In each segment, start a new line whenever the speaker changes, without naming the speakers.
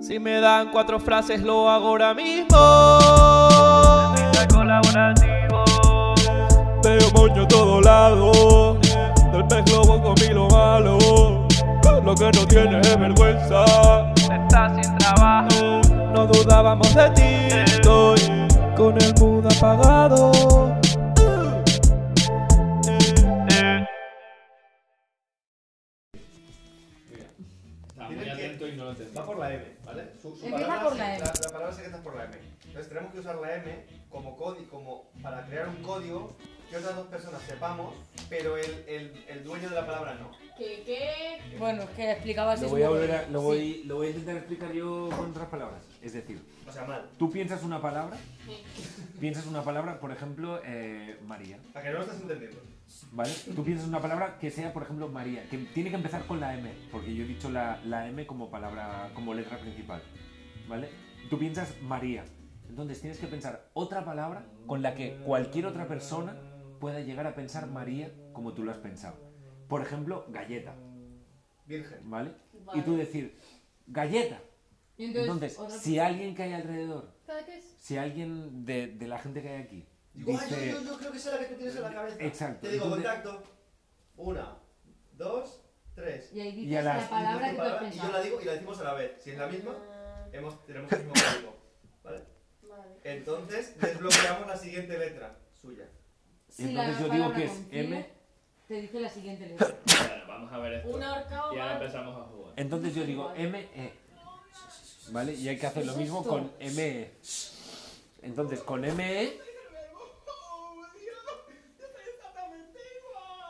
Si me dan cuatro frases lo hago ahora mismo. colaborativo.
Veo moño a todo lado. Del pez globo comí lo malo. Lo que no tienes es vergüenza.
Estás sin trabajo. Eh.
No dudábamos de ti. Estoy con el mood apagado.
muy atento y no lo entendí.
Va por la M, ¿vale? Su, su
Empieza
palabra
por
se-
la M.
La, palabra secreta es por la M. Entonces tenemos que usar la M como código, como para crear un código que otras dos personas sepamos, pero el, el, el dueño de la palabra no.
¿Qué, qué? Bueno, es que explicaba así.
Lo
es
voy, a
un poco-
volver a- lo,
sí.
voy, lo voy a intentar explicar yo con otras palabras. Es decir,
O sea, mal.
tú piensas una palabra, piensas una palabra, por ejemplo, eh, María,
Para que no lo estás entendiendo.
¿vale? Tú piensas una palabra que sea, por ejemplo, María, que tiene que empezar con la M, porque yo he dicho la, la M como palabra, como letra principal, ¿vale? Tú piensas María, entonces tienes que pensar otra palabra con la que cualquier otra persona pueda llegar a pensar María como tú lo has pensado. Por ejemplo, galleta,
Virgen.
¿vale?
Vale.
Y tú decir, galleta.
Y entonces,
Entonces,
otra-
si alguien que hay alrededor
¿Sabe qué es?
si alguien de, de la gente que hay aquí
Digo, "Ay,
dice,
yo, yo- yo creo que esa es la que tú tienes en la cabeza.
Eh, Exacto.
Te digo,
Entonces-
contacto. Una, dos, tres.
Y ahí dices
Y a las-
la palabra
Y
que
tu
tú has
palabra, y yo la
pensado.
digo y la decimos a la vez. Si es la misma, hemos, tenemos el mismo código. ¿Vale?
Vale.
Entonces desbloqueamos la siguiente letra suya.
Si la
entonces yo digo
palabra
que es
coincide,
M.
Te dice la siguiente letra.
Vale, Vamos a ver esto.
Un ahorcado
Y ahora
mal.
empezamos a jugar.
entonces yo digo ME. ¿Vale? Y hay que hacer lo
¿Qué es
mismo
esto?
con ME. Entonces con E. ME.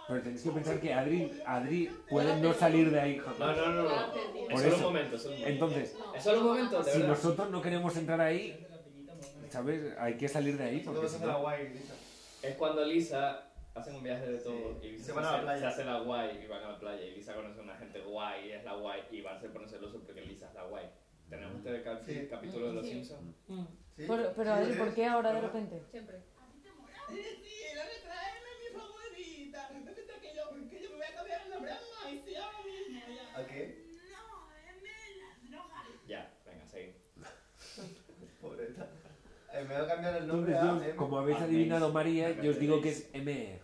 Pero tenéis que pensar que Adri, Adri puede no salir de ahí.
No,
jamás.
no, no.
Ya
no.
entendí.
Es
Por
solo un
eso.
momento. Es solo un momento.
Entonces,
Es solo un momento, de
si
verdad.
nosotros no queremos entrar ahí, ¿sabes? Hay que salir de ahí.
Todo
Porque
eso
si
es la
no-
guay, Lisa.
Es cuando Lisa hacen un viaje de todo
Sí.
y Lisa
Se van a la
hace-
playa.
se hace la guay y van a la playa y Lisa conoce a una gente guay y es la guay y van a poner celoso porque Lisa es la guay. ¿Tenemos este cap-
Sí.
capítulo de Los
Sí.
Simpsons?
¿Sí?
Mm. Pero, pero
¿Sí lo
Adri, ¿por
tienes?
qué ahora de
Ajá.
repente?
Siempre.
¿A qué?
Ya, venga, seguimos.
Pobreta. Eh, me voy a cambiar el nombre
Entonces
a
yo,
M.
como habéis
Ah,
adivinado
veis.
María,
Venga,
yo os digo que
veis.
es E ME.
Eh,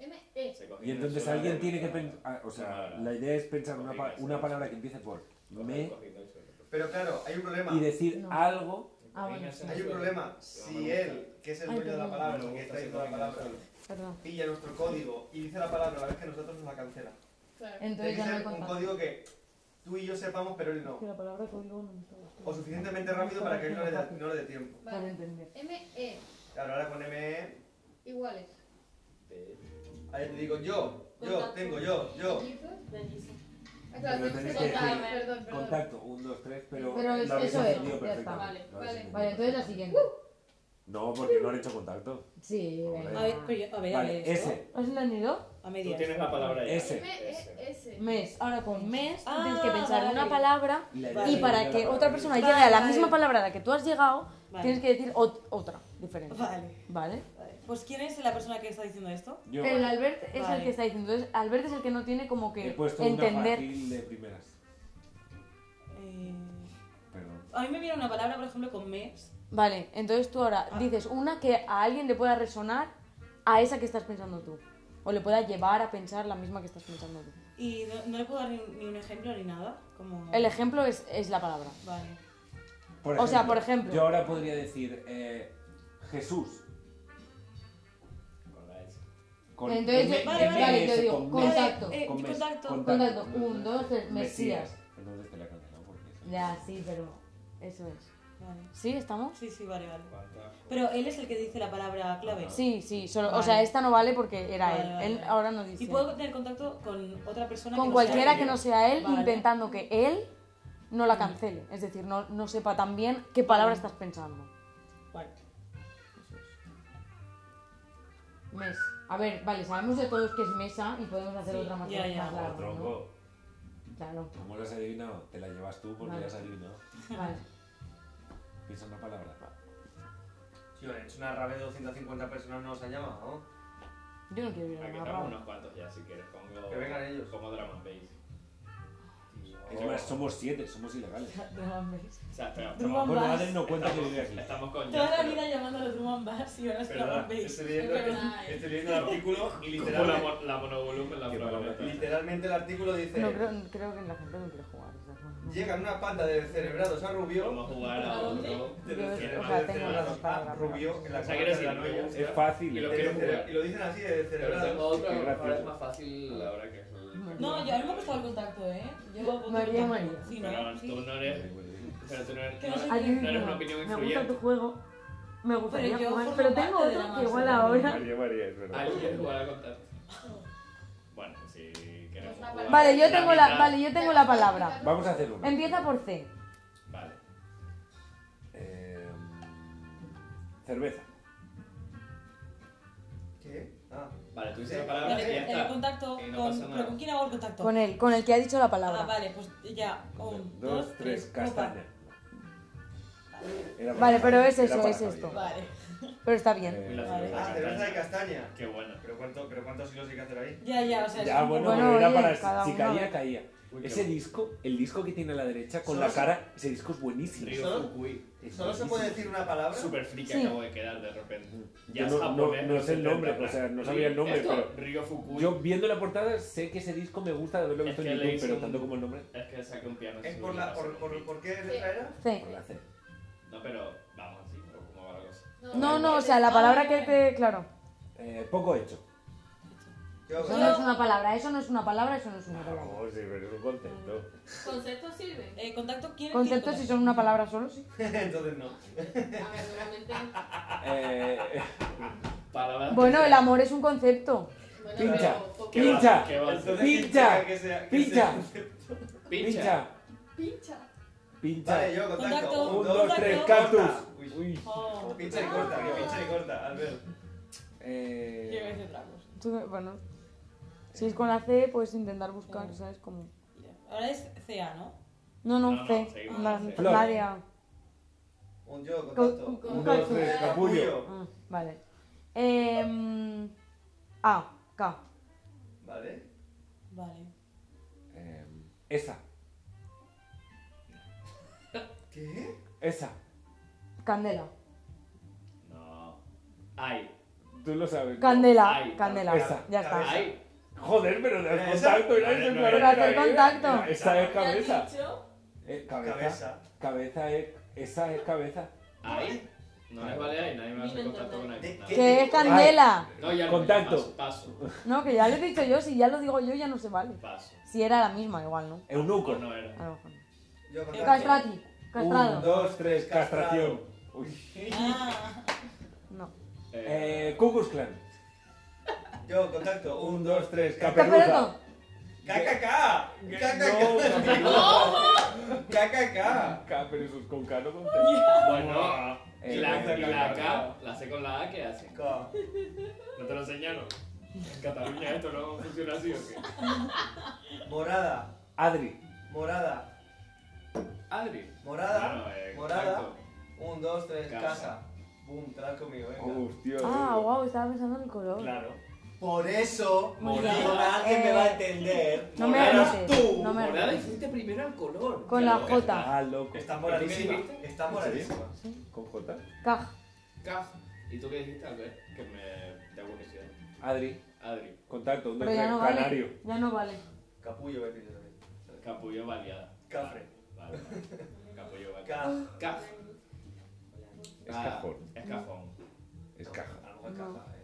M-E.
Se cogieron
Y entonces
el suelo Ah,
alguien
de-
tiene que pensar, o sea, la idea es pensar una, pa- una palabra que empiece por Ah, me
Cogiendo el suelo.
Pero claro, hay un problema.
y decir
No.
algo.
Ah, bueno,
Cogiendo el
Hay un
suelo.
problema.
No
Si
me
él, que es el
Ay,
dueño de la
perdón.
palabra,
No me
que está
gusta
diciendo la
hacer
palabra,
comentarios.
Perdón.
pilla nuestro código y dice la palabra a la vez que nosotros nos la cancela.
Claro.
Entonces
Tiene que
ya no
ser
he
un
contado.
código que tú y yo sepamos, pero él
Que
no.
la palabra que luego no me estaba.
O suficientemente rápido para que él no le, da- no le dé tiempo.
Para
Vale.
entender.
M-E.
E,
Claro, ahora con M. E,
Iguales.
De-
Ahí te digo yo, yo, tengo yo, yo.
Mellizos. Ah,
Pero
claro, tienes
tenéis
que
que
contar.
decir
Perdón, perdón.
Contacto, 1, 2, 3, pero,
Pero es-
lo habéis
eso es,
entendido
ya está.
perfectamente,
Vale,
lo habéis
vale.
entendido
Vale, entonces la
perfectamente.
siguiente.
No, porque no han hecho contacto.
Sí,
Hombre.
venga.
A ver, pero yo, a ver, a ver.
Vale,
esto.
ese.
¿Has entendido?
A
Tú
medias.
tienes la palabra ya.
Ese.
E,
M-E-S.
Mes. Ahora con mes tú
Ah,
tienes que pensar
vale.
una palabra
La
Vale.
y
idea
para
de la
que
palabra.
otra persona
Vale,
llegue a la
vale.
misma palabra a la que tú has llegado,
Vale.
tienes que decir ot- otra diferente.
Vale.
¿Vale?
Pues ¿quién es la persona que está diciendo esto?
Yo
El Albert es el
Vale.
que está diciendo. Entonces, Albert es el que no tiene como que
he puesto una
entender.
fácil de primeras.
Eh,
Perdón.
a mí me viene una palabra, por ejemplo, con mes.
Vale, entonces tú ahora
Ah.
dices una que a alguien le pueda resonar a esa que estás pensando tú. O le pueda llevar a pensar la misma que estás pensando tú.
Y no, no le puedo dar ni, ni un ejemplo ni nada. Como...
El ejemplo es, es la palabra.
Vale.
Por
O sea, por ejemplo.
Yo ahora podría decir eh, Jesús.
Con la S.
Con
Entonces yo-
vale, vale,
MS,
yo digo,
mes,
contacto.
Eh,
con mes,
contacto.
Contacto. Un, dos, tres, Mesías.
Entonces te la he cancelado porque es-
Ya, sí, pero eso es.
Vale.
¿Sí? ¿Estamos?
Sí, sí, vale, vale.
¿Cuántas?
Pero él es el que dice la palabra clave.
Sí, sí, solo, o
Vale.
sea, esta no vale porque era
Vale,
él.
vale,
él
vale.
ahora nos dice.
Y puedo tener contacto con otra persona. que
Con
no
cualquiera
sea
que
él.
no sea él,
Vale.
intentando que él no la cancele. Es decir, no, no sepa también qué palabra estás pensando.
Vale.
Mes. A ver, vale, sabemos de todos que es mesa y podemos hacer
Sí,
otra más,
ya, ya.
más larga,
Como
¿no?
tronco.
Claro,
Como lo has adivinado, te la llevas tú porque
Vale.
la has adivinado.
vale.
Piensa una palabra.
Tío, es una rave de 250 personas, no os han llamado,
Yo no quiero ir a
Aquí
una
estamos
rama.
unos cuantos ya, si quieres. Pongo,
Que vengan ellos.
Como Drum and Bass.
Es más somos siete, somos ilegales.
Drummond
Oh. O sea, espera,
Drummond
estamos-
Bueno,
Vas.
Adri no cuenta que vive aquí.
Estamos con
Toda la vida llamándolo Drummond Bass y ahora es
Perdona,
Drummond Bass.
estoy leyendo,
Es verdad, eh.
estoy leyendo el artículo y
Como la,
literalmente,
mo- la monovolumen, la
Qué
protagonista.
literalmente el artículo dice:
No, creo, creo que la gente no quiere jugar. o sea, no.
Llegan una panda de cerebrados a Rubio.
Vamos a jugar a
¿A dónde?
otro.
De
Yo-
los
o sea,
cerebrados de
tengo
cerebrados
las
a
palabras.
Rubio en la
O sea,
cuarta
quiero
de
decir,
la noche.
Es fácil. ¿eh?
Y lo
De-
quiero
de-
jugar.
Y lo dicen así, de
Pero tengo
cerebrados.
otro,
Qué
ahora es
gracioso.
más fácil la hora que es el...
No, yo a mí me ha costado el contacto, ¿eh? Yo voto
María,
contacto.
María.
Sí,
Pero
¿no?
no, tú
Sí.
no eres... Pero tú no eres...
Que no soy-
Hay un
No eres una
juego.
opinión
Me gusta tu
influyente.
juego. Me gustaría
Pero yo
jugar,
formo
pero tengo
parte de la
otro que
masa
igual
también.
ahora.
María, es
Ah, yo quiero jugar a contar. Bueno, si queremos
Pues la
jugar...
Vale, yo tengo la,
mitad.
vale, yo tengo la palabra.
Vamos a hacer uno.
Empieza por C.
Vale.
Eh, cerveza.
¿Qué? Ah.
Vale, tú dices la palabra y
Vale,
ya está.
el contacto
Y no pasa
con...
nada.
¿Pero con quién hago el contacto?
Con él, con el que ha dicho la
Ah,
palabra.
vale, pues ya. Un,
Dos, tres, castaña. Era
Vale,
para
pero es
Javi, era
eso,
para
es
Javi.
esto.
Vale.
Pero está bien.
Y la
Eh,
cerveza
Ah,
de
cerveza de
castaña.
castaña.
Qué bueno.
Pero cuánto- pero cuántos hilos hay que hacer ahí.
Ya, ya, o sea,
Ya,
es un
bueno,
poco-
Bueno,
pero era
oye,
para.
cada
Si
uno.
caía, caía.
Uy, qué
Ese
bueno.
disco, el disco que tiene a la derecha con
Solo
la
se-
cara, ese disco es buenísimo.
Río
Solo-
Fukui.
Es
Solo se
buenísimo.
puede decir una palabra.
Super friki
Sí.
acabo de quedar de repente.
Yo
Ya
no-
es
no-
japonés.
no sé el
70,
nombre,
en plan.
o sea, no sabía el nombre,
Esto,
pero-
Río Fukui.
Yo viendo la portada sé que ese disco me gusta de haberlo
Es
visto
que
en
le
YouTube,
hice
pero
un-
tanto como el nombre.
Es que saqué un piano.
Es
sin
por la.
hacer
¿Por,
un
por,
beat.
por qué letra era?
C.
Por la C.
No, pero vamos así, por cómo va la cosa.
No, no, o sea, la palabra que te. Claro.
Eh, poco hecho.
¿Qué va a
Eso
pasar?
no es una palabra, eso no es una palabra, eso no es una palabra.
Vamos, sí, pero es un concepto.
¿Conceptos sirven?
Eh, contacto quiere
Conceptos, si
decir
son una palabra solo, sí.
Entonces no.
A ver, realmente.
Eh,
Palabras
Bueno,
que-
el amor es un concepto.
Bueno,
pincha,
pero poco-
¿Qué va-
pincha,
qué va a
Entonces,
hacer?
pincha,
que sea- que
pincha,
sea-
Pincha.
pincha,
Pincha.
Vale,
pincha.
yo contacto.
Contacto.
Un, dos, tres,
corta.
cactus.
Uy,
Uy. Ah.
Oh,
Pincha y corta, que pincha y corta, Albert.
yo iba a
Eh,
decir otra cosa.
Tú, bueno, si es con la C, puedes intentar buscar, ¿sabes? Como...
Mira, Ahora es CA, ¿no?
No, no,
No, no,
C.
seguimos,
la-
C.
Flor.
Nadia.
Un yo contacto.
un, dos, tres, capullo.
Ah, vale. Eh, A, K.
Vale.
Vale.
Eh, esa,
¿Qué?
esa.
Candela.
No. Ay.
Tú lo sabes. ¿no?
Candela.
Ay,
candela.
esa.
Ya está.
Ay.
Joder, pero de
¿Era esa?
contacto era
No,
ese
no
claro
era.
que era
Hacer
ella.
contacto.
Esa es
¿Lo has
cabeza.
dicho?
Eh, cabeza.
Cabeza.
Cabeza es. Esa es cabeza.
Ay. No les vale ay, nadie me hace
Mira,
contacto con
¿De
nadie. Nada.
qué?
Que es Candela.
No, ya no,
Contacto.
ya Paso, paso.
No, que ya lo he dicho yo, si ya lo digo yo ya no se vale.
Paso.
Si era la misma igual, ¿no?
Pues
Eunuco.
no era.
A lo mejor.
Yo contacto.
Eh, Castrati.
Un,
Castrado.
dos, tres, castración. Uy.
Ah,
No.
Eh, Ku Klux Klan.
Yo contacto. Un
Un, dos, tres,
Caperuto.
caperuza.
KKK. KKK.
No,
KKK.
Caperuzos con K, no con T.
Bueno.
Eh,
Y la, y la
K.
K, la C con la A, ¿qué hacen?
K.
¿No te lo enseñaron? En Cataluña esto no funciona así, ¿o qué?
Morada.
Adri.
Morada.
Adri. Bueno,
Morada.
eh,
Morada.
contacto.
Un, dos, tres,
Casa.
casa. Boom, te la has comido, venga.
Hostia.
Ah, wow, estaba pensando en el color.
Claro. Por eso,
Muy
digo,
bien.
nadie me va a
Eh,
entender.
No me
Morada,
arrepientes. No me
Morada
arrepientes.
hiciste primero al color.
Con la
Claro,
J.
Ah, loco.
Está moradísima.
¿Pero tú me dijiste?
Está moradísima.
¿Con J?
Caj.
Caf. ¿Y tú qué dijiste, Albert? Que me te hago que sea.
Adri.
Adri.
Contacto. Un, dos,
Pero ya
tres,
no
canario.
vale. Ya no vale.
Capullo, Betty, yo también.
Capullo baleada.
Cafre.
Vale, vale. Capullo baleada.
Ca-
Caf.
Es
Ah,
cajón.
Es cajón.
Es caja.
A lo mejor
Ah, No.
caja es.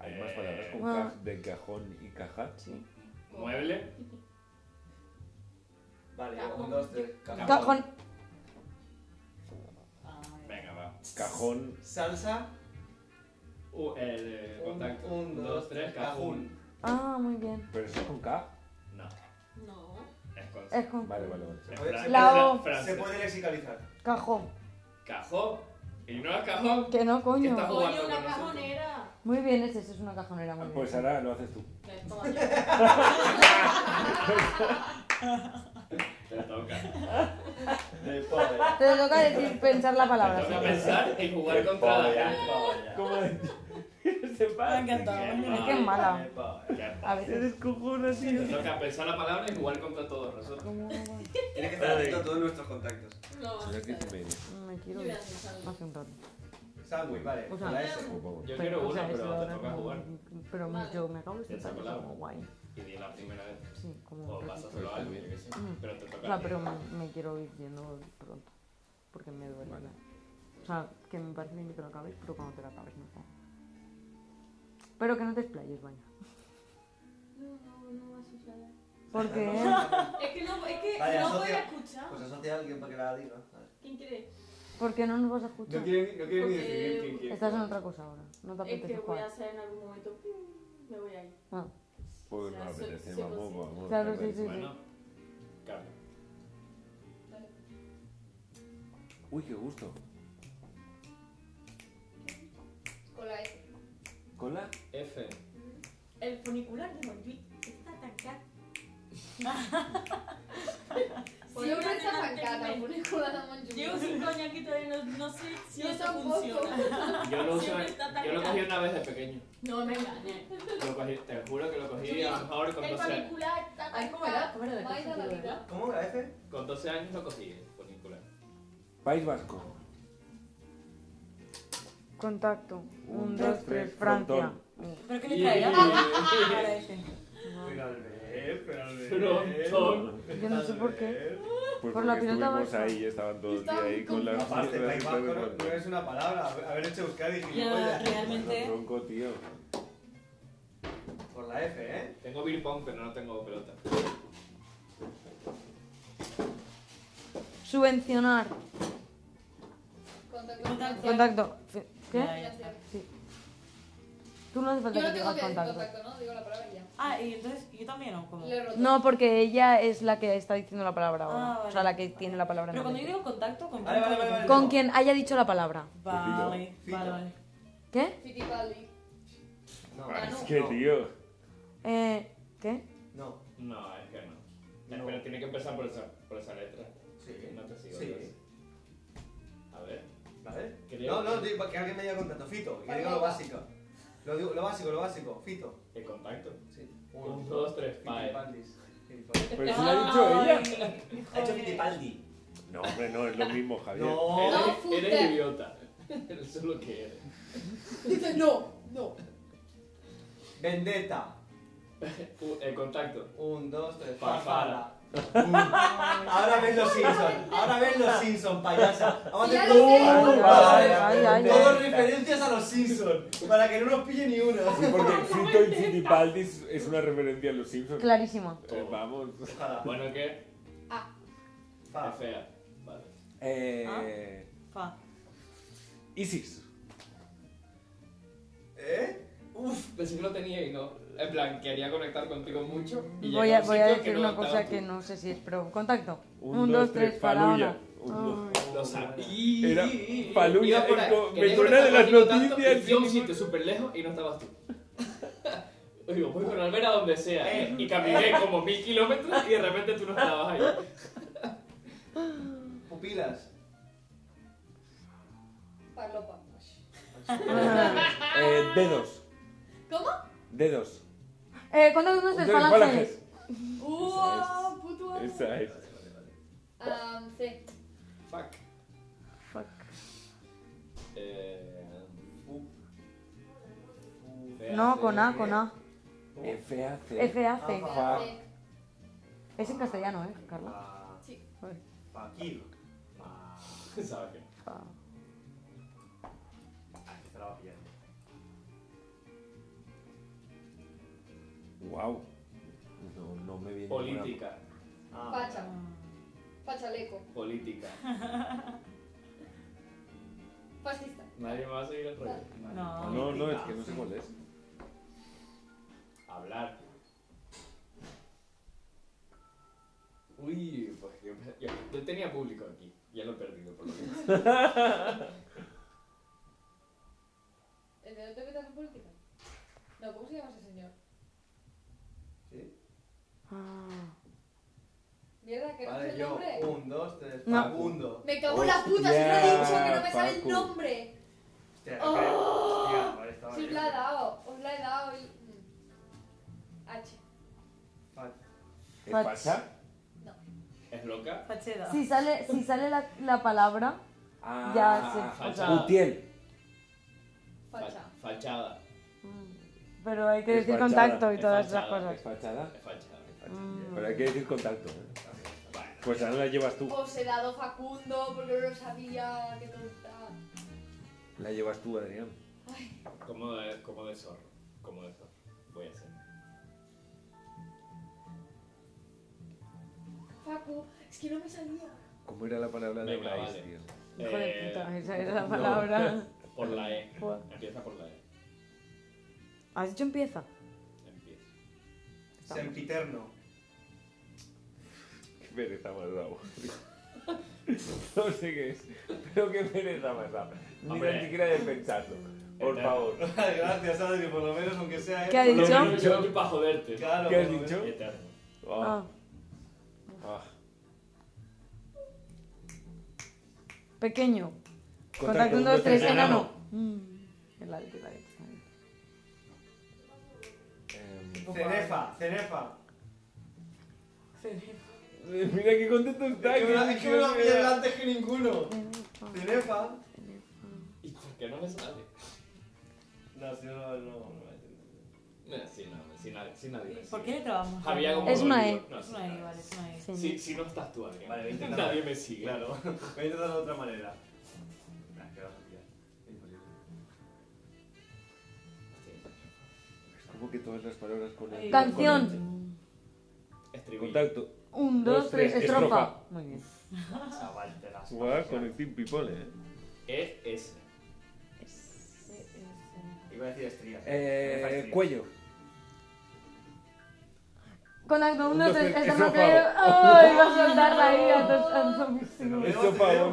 Hay más palabras con
Ah.
K de cajón y caja.
Sí.
Mueble.
Vale,
Cajón.
un, dos, tres.
Cajón.
Cajón.
Ah,
Venga, va.
Cajón.
Salsa.
Uh, el eh,
un-
contacto.
Un, dos, tres. Cajún.
Ah, muy bien.
¿Pero eso es con K?
No.
Ah,
No.
Es con
Es con
Vale, vale, vale.
Se puede- se
La O.
puede- Se puede lexicalizar.
cajón.
Cajón. Y no es cajón.
Que no,
¿Qué
coño.
estás jugando
Coño, una
con nosotros?
cajonera.
Muy bien, ese, ese es una cajonera. Muy
Ah,
bien.
Pues ahora lo haces tú.
Ven, toma ya.
Te toca.
De pobre.
Te toca decir pensar la
Te
palabra.
toca
sí.
pensar en jugar contra la gente.
¿Cómo es? te
Me ha
pasa?
encantado.
Qué
que es
mal,
mala.
qué mal, qué mal.
A ver.
Eres cojona, tío.
Te toca pensar la palabra y jugar contra todos nosotros.
Tienes que estar atento a todos nuestros contactos.
No,
Son las diez y
está bien.
media.
Me quiero
Yo
ir
ya sé, ¿sabes?
hace un rato.
Sandwich, vale.
O sea,
con la S.
Por favor.
Yo quiero
o
una,
sea, eso
pero te
ahora
toca
como-
jugar.
Pero me-
Vale.
yo me acabo de
Piensa
sentar,
palabra.
como guay.
Y di la primera vez.
Sí, como
O
un
vas a
ratito.
hacerlo algo, yo qué sé.
Mm.
Pero te
O
toca.
sea, pero me, me quiero ir yendo pronto. Porque me duele.
Vale.
la- O sea, que me parece bien que te lo acabes, pero cuando te lo acabes mejor. Pero que no te explayes, vaya.
No, no, no va a suceder.
Porque
Es que no, es que
Vale,
no
asocia-
voy a escuchar.
Pues asocia a alguien para que la diga. ¿sabes?
¿Quién quiere?
porque no nos vas a escuchar.
No quiere, no quiere ni
Porque-
decidir quién quiere.
Estás en otra cosa ahora. No te
Es
apetece
que voy a
jugar.
hacer en algún momento. pim, Me voy a ir.
Ah,
Pues
O
no
sea, soy-
apetece,
soy
pues
vamos,
consciente.
vamos.
Claro,
Carmen.
sí, sí, sí.
Bueno, Carmen.
Uy, qué gusto.
Con la F.
E.
¿Cola?
F.
El funicular de Montjuic está tan caro.
Siempre
E.
está zancada, pone E, colada manchuca.
Llevo cinco años aquí todavía no, no sé si
Yo
esto
tampoco.
funciona.
Yo lo, uso,
Siempre está tan
yo lo cogí
caro.
una vez de pequeño.
No me engañes.
Lo cogí, te juro que lo cogí
Yo
a lo mejor con
El
12,
funicular está
Ay,
tan
¿cómo era?
caro.
¿Cómo era de
Vaya
cosa,
la
tío,
vida.
verdad?
¿Cómo la F?
con 12 años lo cogí, eh, el funicular.
País Vasco.
Contacto.
Un,
Un,
dos,
dos,
tres,
tres, Francia.
¿Pero qué le traía? Ahora
este.
ese.
Pero al ver, pero al ver.
Frontón.
Yo no sé por qué.
Pues
Por
porque
la pelota
estuvimos
vasca.
ahí, estaban todos el día ahí con las
Aparte,
las-
País Vasco
las-
no, no es una palabra. Haber hecho buscar y
Ya,
gilipollas.
Bueno,
realmente.
tronco, tío.
Por la F, ¿eh?
Tengo beer pong, pero no tengo pelota.
Subvencionar.
Contacto.
Contacto.
Contacto. Fe-
Ya,
¿Qué?
ya.
Financiación.
Tú no hace falta
Yo no
que
tengo
digas
que decir
contacto.
contacto, ¿no? Digo la palabra y ya.
Ah, y entonces yo también o cómo.
Lo he roto.
No, porque ella es la que está diciendo la palabra ahora.
Ah, vale.
O sea, la que tiene la palabra en la
Pero cuando yo
mente.
digo contacto, ¿con
Vale,
quién
vale,
coño?
vale,
Con quien haya dicho la palabra.
Vale,
Filo.
vale, vale.
¿Qué?
Fittipaldi.
No,
Ah,
no,
es que,
no.
tío.
Eh, ¿Qué?
No.
No, es que no.
No.
Pero tiene que empezar por esa, por esa letra.
Sí.
No te sigo.
Sí.
A ver.
¿Vale?
Creo
No, no,
que-
digo, que alguien me diga contacto. Fito. Y que
Vale,
diga lo
va.
básico. Lo, digo- lo básico, lo básico. Fito.
El contacto.
Sí.
Un, dos, tres, pae.
Fittipaldis. Fittipaldis.
Pues
Pero si lo ha dicho ella.
Ha hecho Fittipaldi.
No, hombre, no, es lo mismo, Javier.
No.
No,
Eres,
fute.
eres idiota. Eso es lo que eres.
Dice no, no.
Vendetta.
Uh, el contacto.
Un, dos, tres.
Farfala.
Un- Ahora ves los Simpsons. Ahora ves los Simpsons, payasa. Vamos a
Ya
hacer
lo sé.
todo-
Ay, ay, ay,
Todo
ay.
referencias a los Simpsons. Para que no nos pille ni uno.
Sí, porque Fito y Fittipaldi es- es una referencia a los Simpsons.
Clarísima.
Eh, vamos.
Ojalá.
Bueno, ¿qué? Es
Fa.
fea. Vale.
Eh,
Fa.
Isis.
¿Eh?
Uf, pensé que lo tenía y no. En plan, quería conectar contigo mucho. Y
Voy
llegué
a,
un
voy a
sitio que
decir
no
una
estabas
cosa
tú.
que no sé si es, pero contacto.
Un, dos, tres, Faluya.
palabra.
Un, dos.
Lo sabía.
Era Faluya,
Iba por ahí.
tipo, me
Quería
suena de
conectar
las
contigo tanto
noticias,
que Fui a un
sí.
sitio súper lejos y no estabas tú. Digo, "Pues, voy con Alvera a donde sea. ¿eh? Y caminé como mil kilómetros y de repente tú no estabas ahí.
Pupilas.
Palopa.
Eh, dedos.
¿Cómo?
Dedos.
Eh, contacto unos tres
Entonces,
falanges.
falanges.
Uh, puto.
Esa es.
Ah, C.
Fuck.
Fuck.
Eh, fea,
No,
fea.
con A, con A.
F-A-C.
F-A-C.
Ah,
C.
Es en castellano, ¿eh, Carla?
Sí.
Fakir.
¿Sabes qué?
Fa-
Ah, esta la va a pillar.
Wow. No, no me viene.
Política.
Ah.
Facha. Fachaleco.
Política.
Fascista.
Nadie me va a seguir el rollo.
ninguna.
No.
No, no, es que no sé cuál es.
Hablar. Uy, pues yo, yo- yo tenía público aquí. Ya lo he perdido por lo menos.
¿El de otro que está en política? No, ¿cómo se llama ese señor?
Ah.
Mierda, que no sé
Vale,
el
yo.
nombre.
uh,
Un, dos, tres.
No.
Facundo.
Me cago en la puta, si te lo he dicho, que no me sale el
Facu.
nombre.
Hostia, la que- Hostia, vale, estaba
Si
bien.
os la ha dado. mm.
¿Es
Fach-
facha?
¿Es loca?
Facheda.
Si sale, si sale la, la palabra,
Ah,
ya se.
facha.
Utiel.
Facha.
Fachada.
Pero hay que
Es
decir
fachada,
contacto y
es
todas esas
fachada,
cosas.
¿Es fachada?
Es fachada.
Mm.
Pero hay que decir contacto. ¿eh? Pues ahora la llevas tú.
Os he dado Facundo porque no lo sabía que no está.
La llevas tú, Adrián.
Como de, como de zorro. Como de zorro. Voy a hacer.
Facu, es que no me salía.
¿Cómo era la palabra de
Venga,
Bryce,
vale.
tío?
Hijo de
Eh,
puta, esa es la
no.
palabra.
Por la E.
Joder.
Empieza por la E.
¿Has dicho empieza?
Empieza.
Sempiterno.
Qué pereza más dado. no sé qué es, pero qué pereza más dado. Ni
Hombre.
tan siquiera de pensarlo. Por
Eterno.
favor.
Gracias, Adri, por lo menos, aunque sea.
¿Qué ha
por lo
dicho?
menos-
Yo para joderte.
Claro,
¿Qué has
por lo menos.
dicho?
Eterno.
Ah,
Ah,
ah.
pequeño.
Contacto,
Contacto 1, 2, 3,
enano.
enano. Mm, es la letra, es la letra.
Em,
Cenefa, cenefa.
Mira qué contento está.
Es que me lo-
qué
es que me lo
emoción me
pillé
da.
antes que ninguno. Cenefa.
¿Y por qué no me sale?
No, si no, no, no.
Eh, Sin nadie, sin nadie, sin nadie.
¿Por qué le trabamos?
Había como
Es
dos
una E.
libros. No,
Es
sin
una E,
nadie.
vale, es una E.
Sí.
Si, si no estás tú, Adrián.
Vale, voy a intentar.
Nadie me sigue.
Claro, voy a intentarlo de otra manera. Ah, que vas a pillar. Imposible.
Como que todas las palabras con el.
Canción.
Estribillo.
Contacto.
1, 2, 3,
tres,
estrofa.
estrofa.
Muy bien.
Chaval, te las
Jugar con el Team People, eh.
E S.
Iba a decir estrías. Cenefa,
Eh,
estrías.
cuello.
Contacto
Un,
1,
dos,
3,
tres,
estrofa.
estrofa.
creo. ¡Ay, iba a soltarla ahí! a dos- a dos-
Te lo veo, te
Estófago,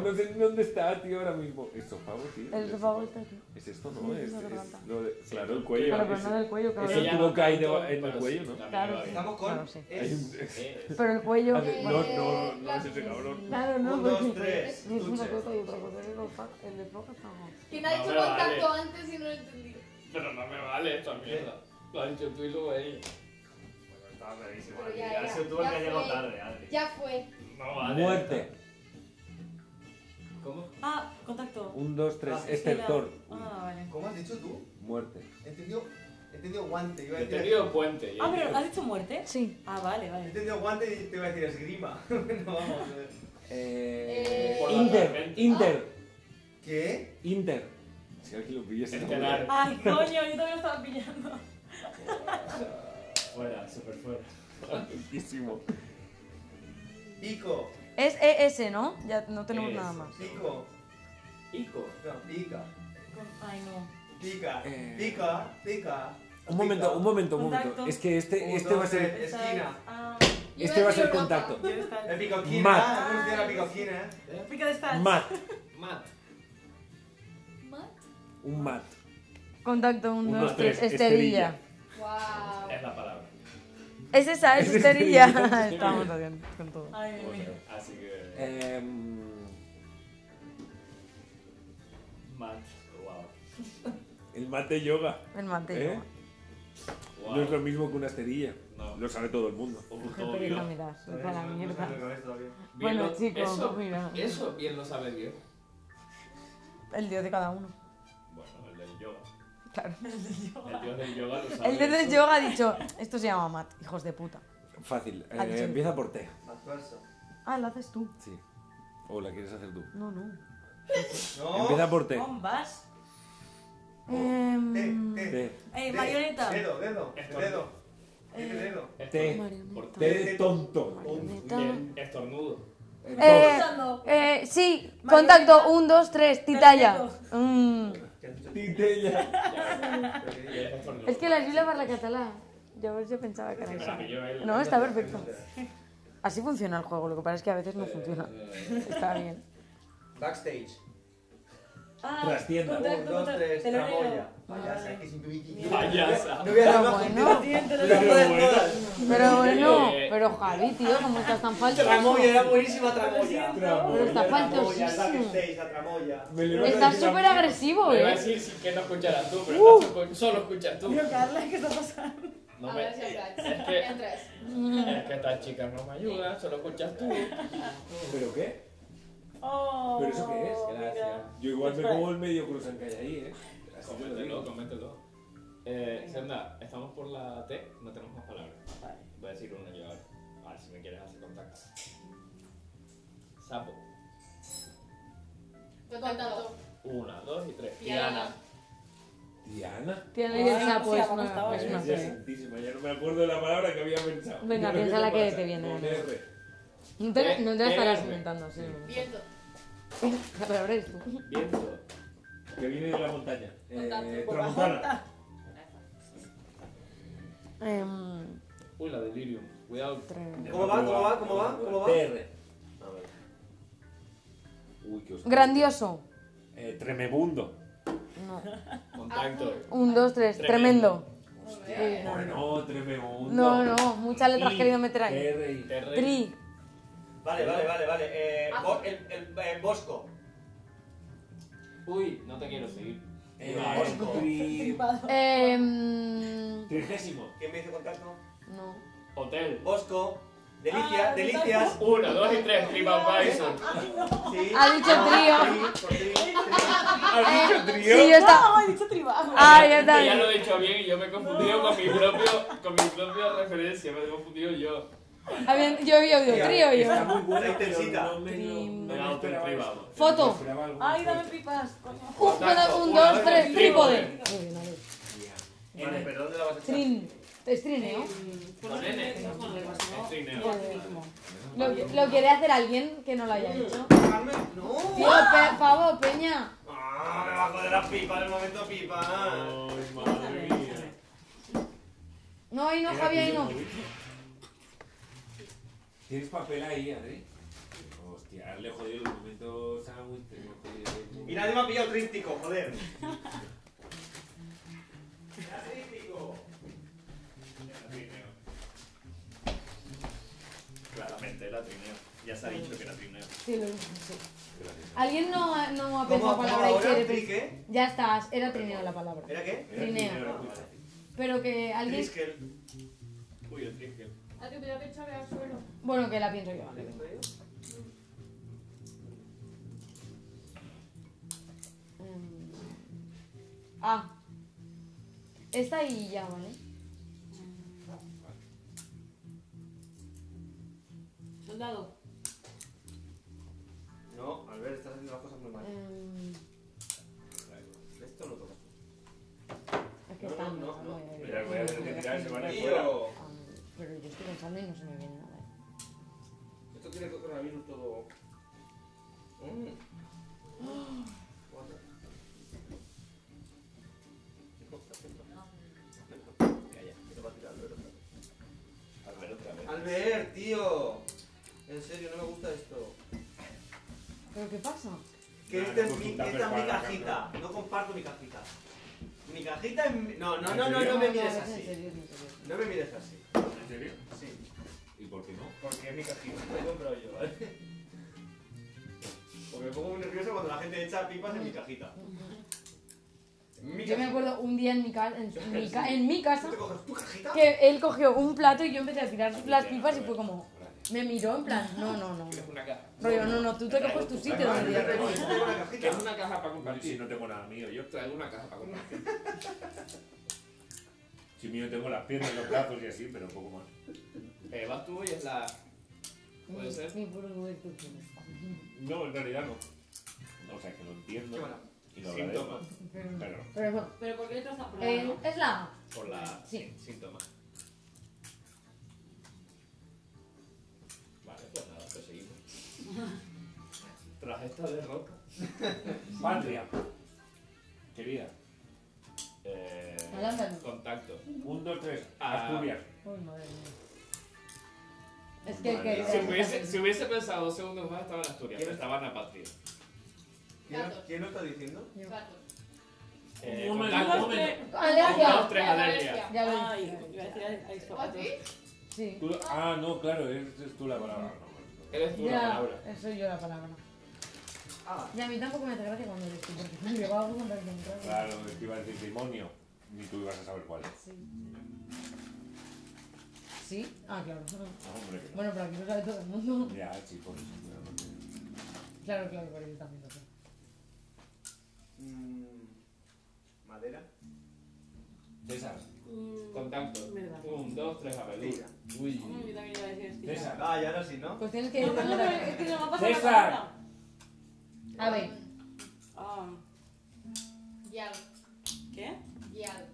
veo.
no sé ni dónde está, tío, ahora mismo. Estófago, tío.
El estrofa está aquí.
Es esto, ¿no?
Sí,
Es,
es la
es
garganta.
lo de- claro, el
Sí,
cuello.
Claro, pero
es-
no del cuello,
Eso
cabrón.
Ella- tuvo que ir en el cuello, ¿no?
Claro, sí.
Estamos con.
Claro, sí.
hay
Es.
un-
E.
Pero el cuello.
Ah, de- No, no, no
Eh, la-
es ese cabrón.
Claro, no,
Un, dos,
porque-
tres.
Y es una
Duche.
cosa y otra cosa. El estrofa- El estrofa está mal.
¿Quién ha
No
hecho
me vale.
contacto antes y no lo he entendido?
Pero no me vale esta mierda. Lo has dicho tú y luego ella.
Bueno, estaba clarísimo.
Pero
Adri.
ya,
Ha
ya,
sido tú el
ya
que ha llegado
fue.
tarde, Adri.
Ya fue.
No vale.
Muerte.
¿Cómo?
Ah, contacto.
Un, E dos, tres,
Ah,
estertor.
Ah, vale.
¿Cómo has dicho tú?
Muerte.
He entendido, he entendido guante. Iba a
He
decir.
tenido puente. y-
E.
Ah, pero ¿has dicho muerte?
Sí.
Ah, vale,
He
vale.
entendido guante y te iba a decir esgrima. no, vamos a ver.
Eh,
Eh,
Inter, Inter, Ah.
¿Qué?
Inter. Si alguien lo pillase.
Estelar.
Ay, coño, yo también lo estaba pillando.
ah.
Fuera, súper fuera.
Buenísimo.
Pico.
Es ES, ¿no? Ya no tenemos
ES.
nada más.
Pico.
Hijo.
No, pica.
Ay, no.
Pica.
Eh.
Pica. Pica.
Un momento, un momento, un momento.
Contacto.
Es que este,
Un,
este va a
dos,
ser,
tres, Esquina.
Ah,
Yo
este
iba
va
a
a
decir
ser
Europa.
contacto.
yo estaba-
El picoquina.
Mat.
Ah, Murcia la picoquina.
Pica de estas.
Mat,
Mat.
¿Mat?
un mat.
Contacto 1,
Un, dos,
2, 3,
tres,
esterilla.
Guau.
Es la palabra.
Es esa, es esterilla. Estamos haciendo con todo.
Ay, Dios mío.
Así que.
Eh.
Em,
Mat. Wow.
el mate yoga.
El mate.
¿Eh?
¿Eh?
Wow.
No es lo mismo que una esterilla.
No.
Lo sabe todo el mundo.
Ojo, todo
Gente que no
bien.
miras,
Todavía
Pues para la
no- no
mierda.
sé lo que es todavía.
Bien
Bueno,
lo-
chicos,
eso,
mira.
eso bien lo sabe Dios.
El dios de cada uno.
Bueno, el del yoga.
Claro.
El dios del yoga lo sabe.
El dios del
eso.
yoga ha dicho, esto se llama mat, hijos de puta.
Fácil. Eh,
Adición.
empieza por T.
Adverso.
Ah, lo haces tú.
Sí. O la quieres hacer tú.
No, no.
No.
Empieza por T.
Bombas.
Em,
T,
T.
Eh,
Dedo,
marioneta.
Dedo, dedo,
Estornudo.
dedo. Dime dedo.
Este,
T.
marioneta,
T de tonto.
marioneta.
Bien, estornudo.
Eh,
Usando.
eh, sí, contacto 1, 2, 3, titalla. Mm,
¿Qué has dicho?
Titella.
Bien, estornudo.
Es que la sílaba es la catalá. Yo a ver si pensaba que era
Para mí
eso.
yo el-
No, está perfecto. Así funciona el juego, lo que pasa es que a veces no
Eh,
funciona.
eh,
Está bien.
Backstage.
Ah,
Trastienda.
Un,
contacto,
dos,
contacto.
tres,
Te lo digo.
tramoya. Payasa, que sin tuiqui.
Payasa.
No voy a dar
Pero
más
bueno.
contigo.
Te lo
No
digo.
puedes todas.
Eh,
Pero bueno, pero Javi, tío, ¿cómo estás tan falso?
Tramoya, era buenísima tramoya.
Pero está
Tramoya, el
faltosísimo.
backstage, la tramoya.
Me lo iba a
Estás
decir a-
súper agresivo,
Lo iba a
eh. Uh.
decir sin que no escucharas tú, pero estás- solo escuchas tú.
Tío, Carla, ¿qué está pasando?
No
a
me-
ver si entras.
Es que-
Entras.
Es que estas chicas no me ayudan, solo escuchas tú.
¿Pero qué?
Oh,
¿Pero eso qué es?
mira.
Yo igual me
Espera.
como el medio cruzan que hay ahí, ¿eh? Así te lo
Coméntelo,
digo.
coméntelo. Eh, Senda, estamos por la T, no tenemos más palabras. Voy a decir una yo ahora. A ver si me quieres hacer contacto. Sapo.
Contacto.
Una, dos y tres.
Piana.
Diana.
Tiene pues,
Ay,
el
sí,
Ah,
sapo, es
vamos,
una,
estaba
Oh, es
eh,
bien.
una
María
fe.
Santísima, ya no me acuerdo de la palabra que había pensado.
Venga,
Yo no sé
piensa
qué
la que
pasa.
te viene.
Con R.
No te, no te la
Eh,
estarás
eh,
inventando, sí.
Viento.
La palabra eres tú.
Viento.
Que viene de la montaña. Eh,
Contacto.
Tramontana.
Em,
Uy, la delirium. Cuidado.
tre-
¿Cómo va? ¿Cómo va? ¿Cómo va? ¿Cómo va?
TR.
A ver.
Uy, qué oscuro.
Grandioso.
Eh, tremebundo.
No.
Contacto.
Ah,
Un, dos, tres.
Tremendo.
Tremendo.
Hostia.
Bueno, tremebundo.
No, no, muchas letras
I,
querido meter
Eh,
ahí.
TR.
Terre.
Tri.
Vale, vale, vale, vale. Eh,
Ah,
bo-
sí.
el, el, el Bosco.
Uy, no te quiero seguir.
Eh,
Bosco.
tri-
Em,
Trigésimo.
¿Quién me dice contacto?
no.
Hotel.
Bosco. Delicia,
Ah,
delicias.
Una, dos y tres. TripAdvisor.
Sí. Ah,
Ha dicho trío.
Sí, por sí.
¿Has dicho
Sí,
trío?
yo estaba.
No, he dicho tribago.
Ah, yo
Es que ya lo
también.
he dicho bien y yo me he confundido con, mi propio, con mi propia referencia. Me he confundido yo.
Habían- Ah, Yo había oído trío
Está
yo.
muy buena,
Ahí te
pero
cita.
no me lo-
Trim.
no
Me
me
da
esperaba
otro
eso.
privado.
Foto.
Me esperaba algo
Ay,
más
dame
fuerte.
tripas, coño.
Un, un, dos, tres. Trípode.
Vale, pero ¿dónde la vas a echar?
Trin. Es trine, ¿no?
Con N. Es trineo.
¿Lo, lo quiere hacer alguien que no lo haya hecho?
Carmen, no.
Tío, pe, pavo, peña.
Ah, me bajo de la pipa en el momento pipa.
Ay, madre mía.
No, ahí no,
Era
Javi, ahí
tuyo,
no.
¿Tienes papel ahí, Adri? Hostia, le he jodido el momento sándwich, te lo he jodido el momento-
Y nadie me ha pillado tríptico, joder.
Claramente era trineo. Ya se ha dicho que era trineo.
Sí, lo sí. ¿Alguien no, ha- no
¿Cómo,
ha pensado
cómo
palabra y
ahora?
quiere
¿Tri
pensar?
qué?
Ya está, era trineo la palabra.
¿Era qué?
Era
Trineo.
trineo, era puta.
Pero que alguien...
Triskel.
Uy, el trineo.
Ah, que hubiera que echarle al suelo.
Bueno, que la pienso yo. vale. Mm. Ah. Esta y ya, ¿vale?
Soldado.
No, Albert, estás haciendo las cosas muy mal.
Mm,
Esto lo toco.
Es que
No,
está...
no, no, no.
Mira, voy a tener que tirar, se van a ir fuera.
Tío.
Ah, Pero yo estoy pensando y no se me viene nada.
Esto tiene coronavirus todo. Mm. Calla, que te va a tirar Albert otra vez.
Albert otra
Ah,
vez.
Albert, tío. En serio, no me gusta esto.
¿Pero qué pasa?
Que
Nah,
esta
no
es
puedes
mi,
juntar
esta es mi
preparada,
cajita. No comparto mi cajita. Mi cajita es mi... No, no,
¿En
no, no,
serio?
no me
es
mires
en
así.
serio, es en serio.
No me mires así.
¿En serio?
Sí,
¿Y por qué no?
porque es mi cajita. La he comprado yo, ¿vale? Porque me pongo muy nervioso cuando la gente echa pipas en mi cajita. Mi
Yo me
cajita.
acuerdo un día en mi, ca- en, su- mi ca- en mi
¿Tú
casa
te coges tu cajita?
que él cogió un plato y yo empecé a tirar las pipas y fue como... Me miró en plan, no, no, no. no.
una caja.
Rollo, no, no, tú te coges tu sitio
Ah,
donde
yo te
tiras.
traigo- yo te traigo una
Que es
cajita.
una caja para
Si
compartir.
no tengo nada mío, yo
Traigo una caja para compartir.
si mío tengo las piernas, los brazos y así, pero poco más.
Eh, vas tú y es la. ¿Puede ser?
Mi puro juventud.
No, en realidad no. O sea, que lo entiendo
Qué mala.
y lo agradezco.
Síntomas.
Pero no.
Pero
Pero no.
Pero ¿por qué entras a prueba?
Eh, es la A.
Por la.
Sí.
Síntomas. Vale, pues nada, pues seguimos. Tras esta derrota.
Patria. Querida.
Eh,
Alámbalo.
contacto.
Un, dos, tres.
Ah.
Asturias.
Uy, madre mía. Es que el que...
Si
Madre
hubiese, si hubiese pensado dos segundos más, estaba en Asturias, pero estaba en Apatria.
¿Quién lo- ¿Quién lo está diciendo?
Gato.
Eh,
Un momento,
contacto.
un momento.
Un, dos,
Alergia.
Alergia.
tres, alergia.
Ya lo he
Ay,
dicho.
iba a decir al- al
¿O a
zapato.
ti?
Sí.
Tú- ah, no, claro, es, es tú la palabra. no, no, no.
Eres tú la
Ya,
palabra.
eso yo la palabra.
Ah,
Y a mí tampoco me hace gracia cuando eres tú, porque me llevaba algo contra el que me trae.
Claro, es que iba a decir demonio, ni tú ibas a saber cuál es.
Sí. Sí. Ah, claro.
hombre, que no.
Bueno, pero aquí lo sabe todo el mundo.
Ya, chicos. pero no tiene-
Claro, claro, para yo también lo sé.
mm, Madera.
César.
Mm,
Contacto.
Verdad.
Un, dos, tres, apertura. Uy.
Mm, yo también iba a decir estilo.
César.
Ah, y ahora sí, ¿no?
Pues tienes
que- No, no, pero es que se me va a pasar la
César.
palabra.
A ver.
Ah,
Yal.
¿Qué?
Yal.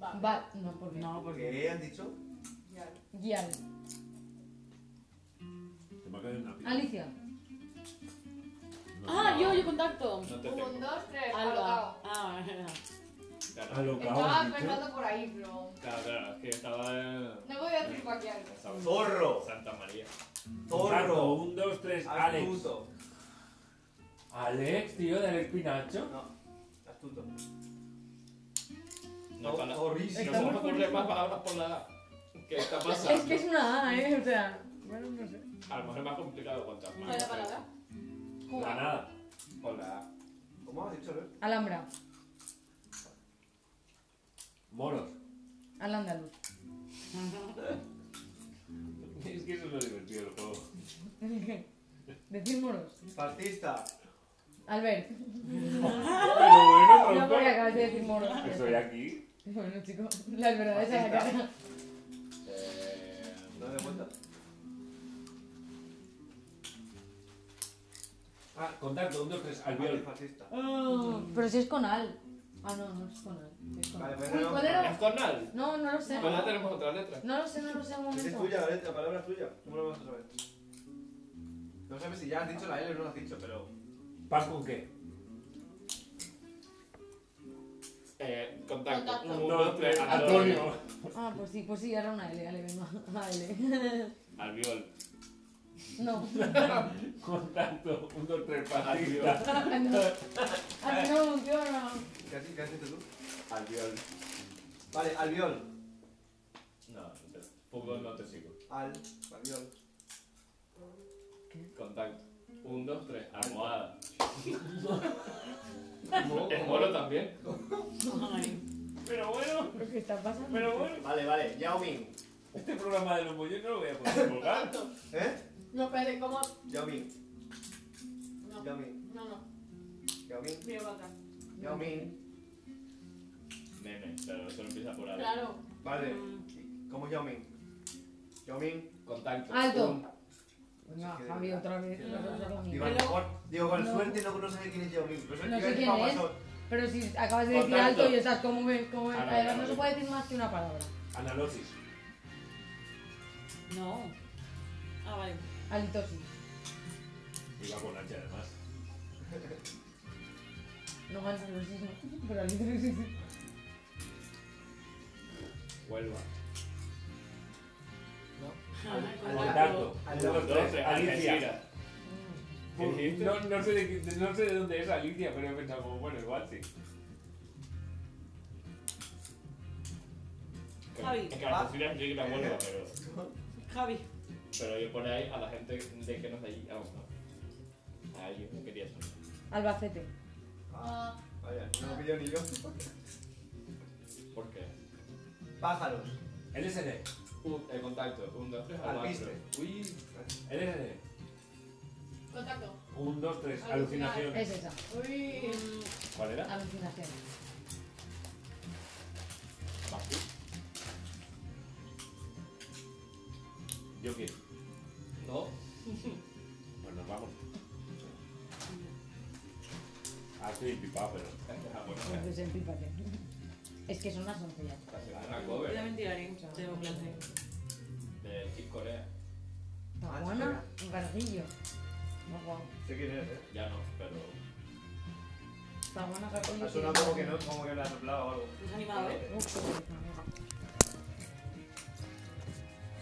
Va. No, porque.
No,
¿Qué han dicho?
Yal.
Guial.
Te me ha caído una piedra.
Alicia.
Ah, yo, yo contacto.
No te tengo.
Un, dos, tres.
Alba.
Alocao.
Ah,
Estaba pensando por ahí, pero.
Claro, claro, es que estaba.
No podía decir cualquier
¡Zorro! Santa María.
Zorro. Un, dos, tres, Alex.
Astuto.
Alex, tío, del espinacho.
Astuto.
No, para-
Zorrísimo.
No se me ocurren más palabras por la A. ¿Qué está pasando?
Es que es una A, ¿eh? O sea. Bueno, no sé.
A lo mejor es más complicado contar más.
¿Cuál es la palabra?
La nada. Con la A.
¿Cómo has dicho, Luis?
Alhambra.
Moros.
Al andaluz.
Es que eso es lo divertido del juego.
Decir moros.
Fascista.
Albert.
bueno,
no,
tonto.
porque acabas de decir moros.
Que soy aquí.
Bueno, chicos, la verdad es la
Fascista.
cara.
Eh,
Dale vuelta.
Ah, contacto. Un, dos, tres, albiol.
Fascista.
Ah, pero si es con al. Ah, no, no es con al. Es con
Vale,
al.
bueno,
Uy,
no.
¿cuál era?
¿Es cornal?
No, no lo sé.
Con la Pues tenemos otra letra.
No lo sé, no lo sé, un
Es
momento.
tuya, la letra, la palabra es tuya. ¿Cómo lo vas a saber? No sabes si ya has dicho la L o no la has dicho, pero.
¿Pan con qué?
Eh, contacto.
Contacto.
Un, dos, tres,
eh, Antonio.
Ah, pues sí, pues sí, era una L, dale, venga. L.
Albiol.
No.
Contacto. Un, dos, tres,
Albiol.
fascista.
Así no funciona.
¿Qué has, qué has dicho tú?
Albiol.
Vale, albiol.
No, no te. Fútbol no te sigo.
Al. Albiol.
Contacto. Un, dos, tres, almohada. ¿Es moro también?
Ay.
Pero bueno,
Lo que está pasando.
pero bueno.
Vale, vale, Yao Ming.
Este programa de los bollos no lo voy a poder colgar.
¿Eh?
No, espérate, ¿cómo?
Yao Ming.
No,
Yao Ming.
no, no.
Yao Ming.
Mira para acá.
Yao Ming.
Nene, claro, solo empieza por algo.
Claro.
Vale.
Mm.
¿Cómo es Yao Ming? Yao Ming.
Contacto.
Alto.
Un-
Venga, Javi, otra vez. no sé hacer lo mismo.
Digo, a lo
Pero-
mejor- digo, con
No.
suerte no, no sé quién es Yao Ming. Pero
No sé quién es. Pero si acabas de
Por
decir
tanto.
alto y estás como ven, como ven.
Ah, no,
Además,
no,
no se
no.
puede decir más que una palabra.
Analosis.
No. Ah, vale.
Halitosis.
Iba con H además.
No halitosis, no. Pero halitosis. sí.
Huelva.
Contacto. Un, dos, tres, Alicia.
Algeciras. ¿Qué dijiste?
No, no, sé de, qué- no sé de dónde es Alicia, pero he pensado, como, bueno, igual sí.
Javi.
Es que
Ah.
Algeciras yo que la Huelva, pero,
Javi.
pero yo por ahí a la gente de que no es de allí. Vamos, no. A alguien que quería saber.
Albacete.
Ah, vaya, no lo pillo ni yo.
¿Por qué?
Pájaros.
LSD.
Un- el contacto. Un, dos, tres, almohada.
Alpiste.
Uy,
LSD.
Contacto.
Un, dos, tres.
Alucinar.
Alucinación.
Es esa.
Uy.
¿Cuál era?
Alucinación.
Bakú.
Yo quiero.
No.
Pues nos vamos. Ah, estoy pipado, pero.
Este es japonés.
Entonces, Pues empípate. Es que son las 11 ya.
Está haciendo una
Voy a
cover
mentir, Ari. Tengo clase.
de Kid Corea.
Ah,
Tajuana, Garguillo. No, guau.
Sé quién es, eh.
Ya no, pero.
Tajuana,
Ha
Garguillo.
sonado como que no, como que le ha soplado o algo.
Es animado, ¿eh?
Uf, qué pereza.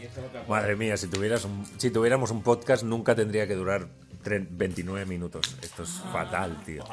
Y esta es otra
Madre mía, si, tuvieras un- si tuviéramos un podcast nunca tendría que durar tre- 29 minutos. Esto es fatal, tío.